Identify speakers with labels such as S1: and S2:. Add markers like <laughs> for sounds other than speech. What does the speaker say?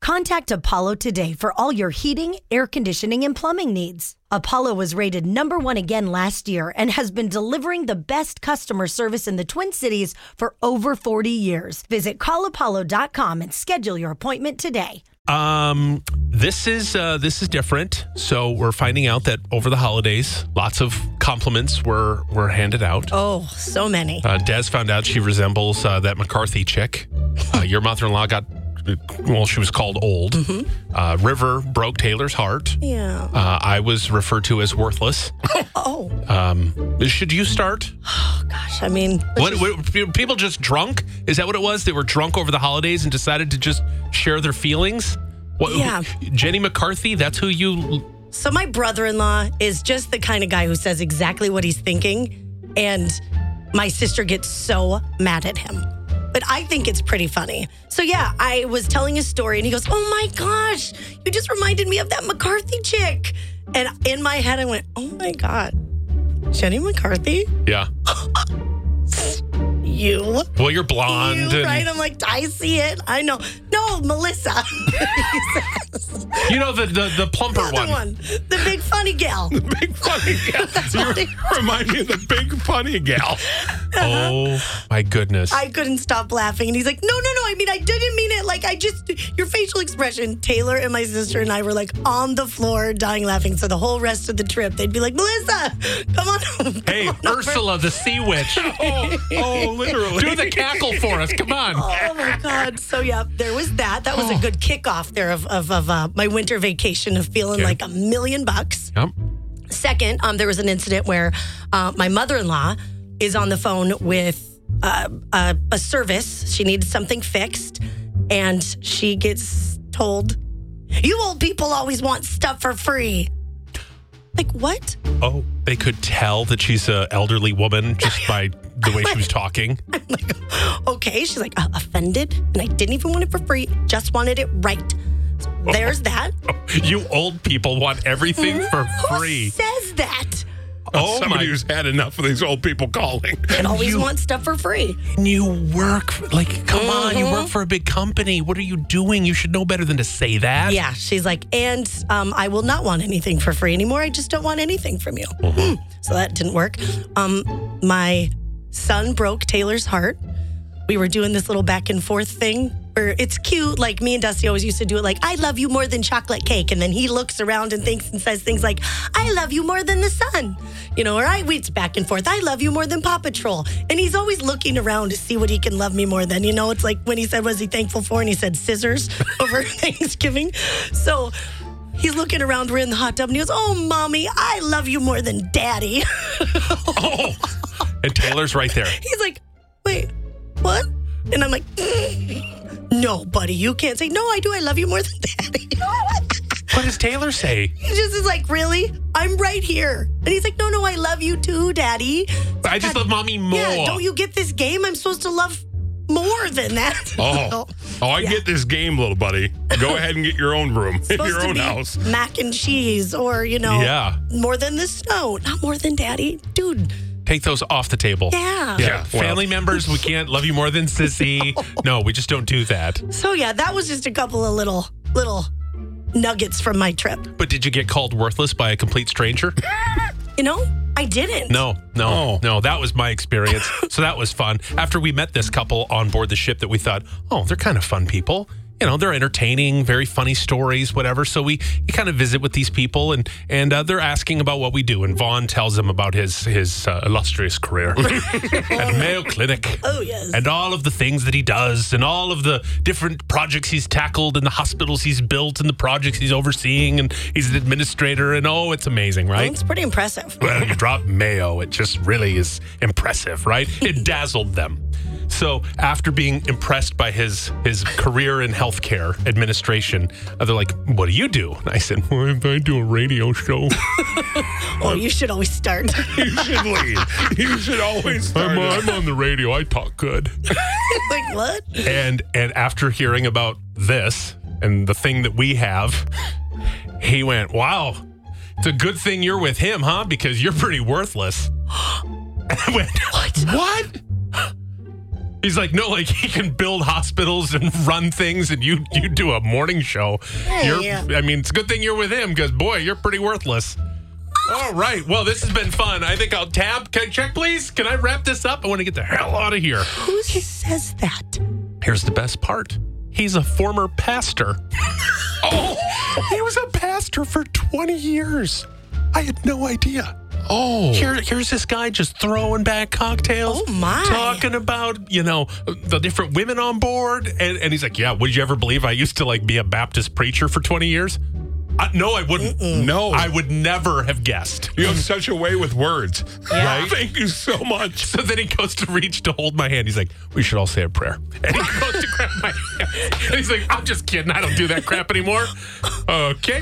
S1: Contact Apollo today for all your heating, air conditioning, and plumbing needs. Apollo was rated number one again last year and has been delivering the best customer service in the Twin Cities for over 40 years. Visit callapollo.com and schedule your appointment today.
S2: Um, this is uh, this is different. So we're finding out that over the holidays, lots of compliments were were handed out.
S1: Oh, so many.
S2: Uh, Des found out she resembles uh, that McCarthy chick. Uh, your mother-in-law got well, she was called old. Uh, River broke Taylor's heart.
S1: Mm-hmm. Yeah.
S2: Uh, I was referred to as worthless.
S1: <laughs> Oh,
S2: Um, should you start?
S1: gosh. I mean,
S2: What, what, people just drunk? Is that what it was? They were drunk over the holidays and decided to just share their feelings. What,
S3: Yeah.
S2: Jenny McCarthy. That's who you.
S3: So my brother-in-law is just the kind of guy who says exactly what he's thinking, and my sister gets so mad at him. But I think it's pretty funny. So yeah, I was telling a story, and he goes, "Oh my gosh, you just reminded me of that McCarthy chick." And in my head, I went, "Oh my god, Jenny McCarthy,
S2: Yeah.
S3: you,
S2: Well, you're blonde.
S3: you,
S2: and-
S3: right?" I'm like, "I see it. I know." No, Melissa, <laughs> He says,
S2: You know the the, the plumper
S3: the other one, the big funny gal.
S2: Big funny gal. you remind me of the big funny gal. Oh my goodness.
S3: I couldn't stop laughing. And he's like, no, no, no. I mean, I didn't mean it. Like, I just, your facial expression. Taylor and my sister and I were like on the floor dying laughing. So the whole rest of the trip, they'd be like, Melissa, come on. Come
S2: hey,
S3: on over."
S2: Ursula the sea witch. Oh, oh, literally. Do the cackle for us. Come on.
S3: Oh my God. So, yeah, there was that. That
S2: Oh.
S3: was a good kickoff there of, of, of uh, my winter vacation of feeling
S2: Okay.
S3: like a million bucks.
S2: Yep.
S3: Second, um, there was an incident where uh, my mother in law is on the phone with uh, uh, a service. She needs something fixed, and she gets told, You old people always want stuff for free. Like, what? <laughs>
S2: Oh, they could tell that she's an elderly woman just by the way she was talking.
S3: I'm like, Okay. She's like, uh, Offended, and I didn't even want it for free, just wanted it right. So There's that.
S2: You old people want everything for
S3: Who
S2: free.
S3: says that?
S2: Oh
S4: Somebody
S2: my!
S4: who's had enough of these old people calling.
S3: And always wants stuff for free.
S2: You work for- like come on. You
S3: Mhm.
S2: work for a big company. What are you doing? You should know better than to say that.
S3: Yeah, she's like, and um, I will not want anything for free anymore. I just don't want anything from you. Hmm. <gasps> So that didn't work. Um, my son broke Taylor's heart. We were doing this little back and forth thing where it's cute. Like me and Dusty always used to do it, like, I love you more than chocolate cake. And then he looks around and thinks and says things like, I love you more than the sun. You know, or I, it's back and forth. I love you more than Paw Patrol. And he's always looking around to see what he can love me more than. You know, it's like when he said, What is he thankful for? And he said, Scissors <laughs> over Thanksgiving. So he's looking around. We're in the hot tub and he goes, Oh, mommy, I love you more than daddy.
S2: Oh, and Taylor's right there.
S3: He's like, wait, what? And I'm like, "Mm, no, buddy, you can't say, no, I do. I love you more than daddy. <laughs>
S2: What does Taylor say?
S3: he just is like, really? I'm right here. And he's like, no, no, I love you too, daddy.
S2: I just love mommy more.
S3: Yeah, don't you get this game? I'm supposed to love more than that. <laughs>
S4: Oh, oh I get this game, little buddy. Go ahead and get your
S2: <laughs>
S4: own room in
S3: Supposed
S4: <laughs> your
S3: to
S4: own
S3: be
S4: house.
S3: Mac and cheese or, you know,
S2: Yeah.
S3: more than the snow, not more than daddy. Dude,
S2: Take those off the table.
S3: yeah.
S2: Yeah,
S4: Yeah, well.
S2: family members, we can't love you more
S3: <laughs>
S2: than sissy. no. we just don't do that.
S3: So yeah, that was just a couple of little, little nuggets from my trip.
S2: But did you get called worthless by a complete stranger?
S3: You know, I didn't.
S2: No, no,
S4: Oh.
S2: no. That was my
S3: <laughs>
S2: experience. so that was fun. After we met this couple on board the ship, that we thought, oh, they're kind of fun people. You know, they're entertaining, very funny stories, whatever. So we, we kind of visit with these people, and and uh, they're asking about what we do. And Vaughn tells them about his his uh, illustrious
S3: <laughs>
S2: career at Mayo Clinic.
S3: Oh, yes.
S2: and all of the things that he does and all of the different projects he's tackled and the hospitals he's built and the projects he's overseeing and he's an administrator and oh it's amazing
S3: Well,
S2: right
S3: It's pretty impressive.
S2: well you drop mayo it just really is impressive right it dazzled them so after being impressed by his his career in healthcare administration uh, they're like what do you do and i said well, i do a radio show
S3: Oh, you should always start. <laughs>
S4: You should lead. <laughs> You should always start.
S2: I'm,
S4: it.
S2: I'm on the radio i talk good
S3: like what?
S2: and and after hearing about this and the thing that we have, he went, "Wow, it's a good thing you're with him, huh? <gasps> Because you're pretty worthless." And I went, "What? What? He's like, no, like he can build hospitals and run things, and you you do a morning show. You're, I mean, it's a good thing you're with him because boy, you're pretty worthless. All right. Well, this has been fun. I think I'll tab. Can I check, please? Can I wrap this up? I want to get the hell out of here.
S3: Who says that?
S2: Here's the best part. He's a former
S3: <laughs>
S2: pastor. oh, he was a pastor for 20 years. I had no idea.
S4: Oh.
S2: Here, here's this guy just throwing back cocktails.
S3: Oh, my.
S2: Talking about you know the different women on board, and, and he's like, "Yeah, would you ever believe I used to like be a Baptist preacher for 20 years? I, no, I wouldn't.
S4: No.
S2: I would never have guessed."
S4: You have such a way with words. Right? Thank you so
S2: <laughs>
S4: much.
S2: So then he goes to reach to hold my hand. He's like, "We should all say a prayer." And <laughs> he goes to grab my hand. And he's like, "I'm just kidding. I don't do that crap anymore." Okay.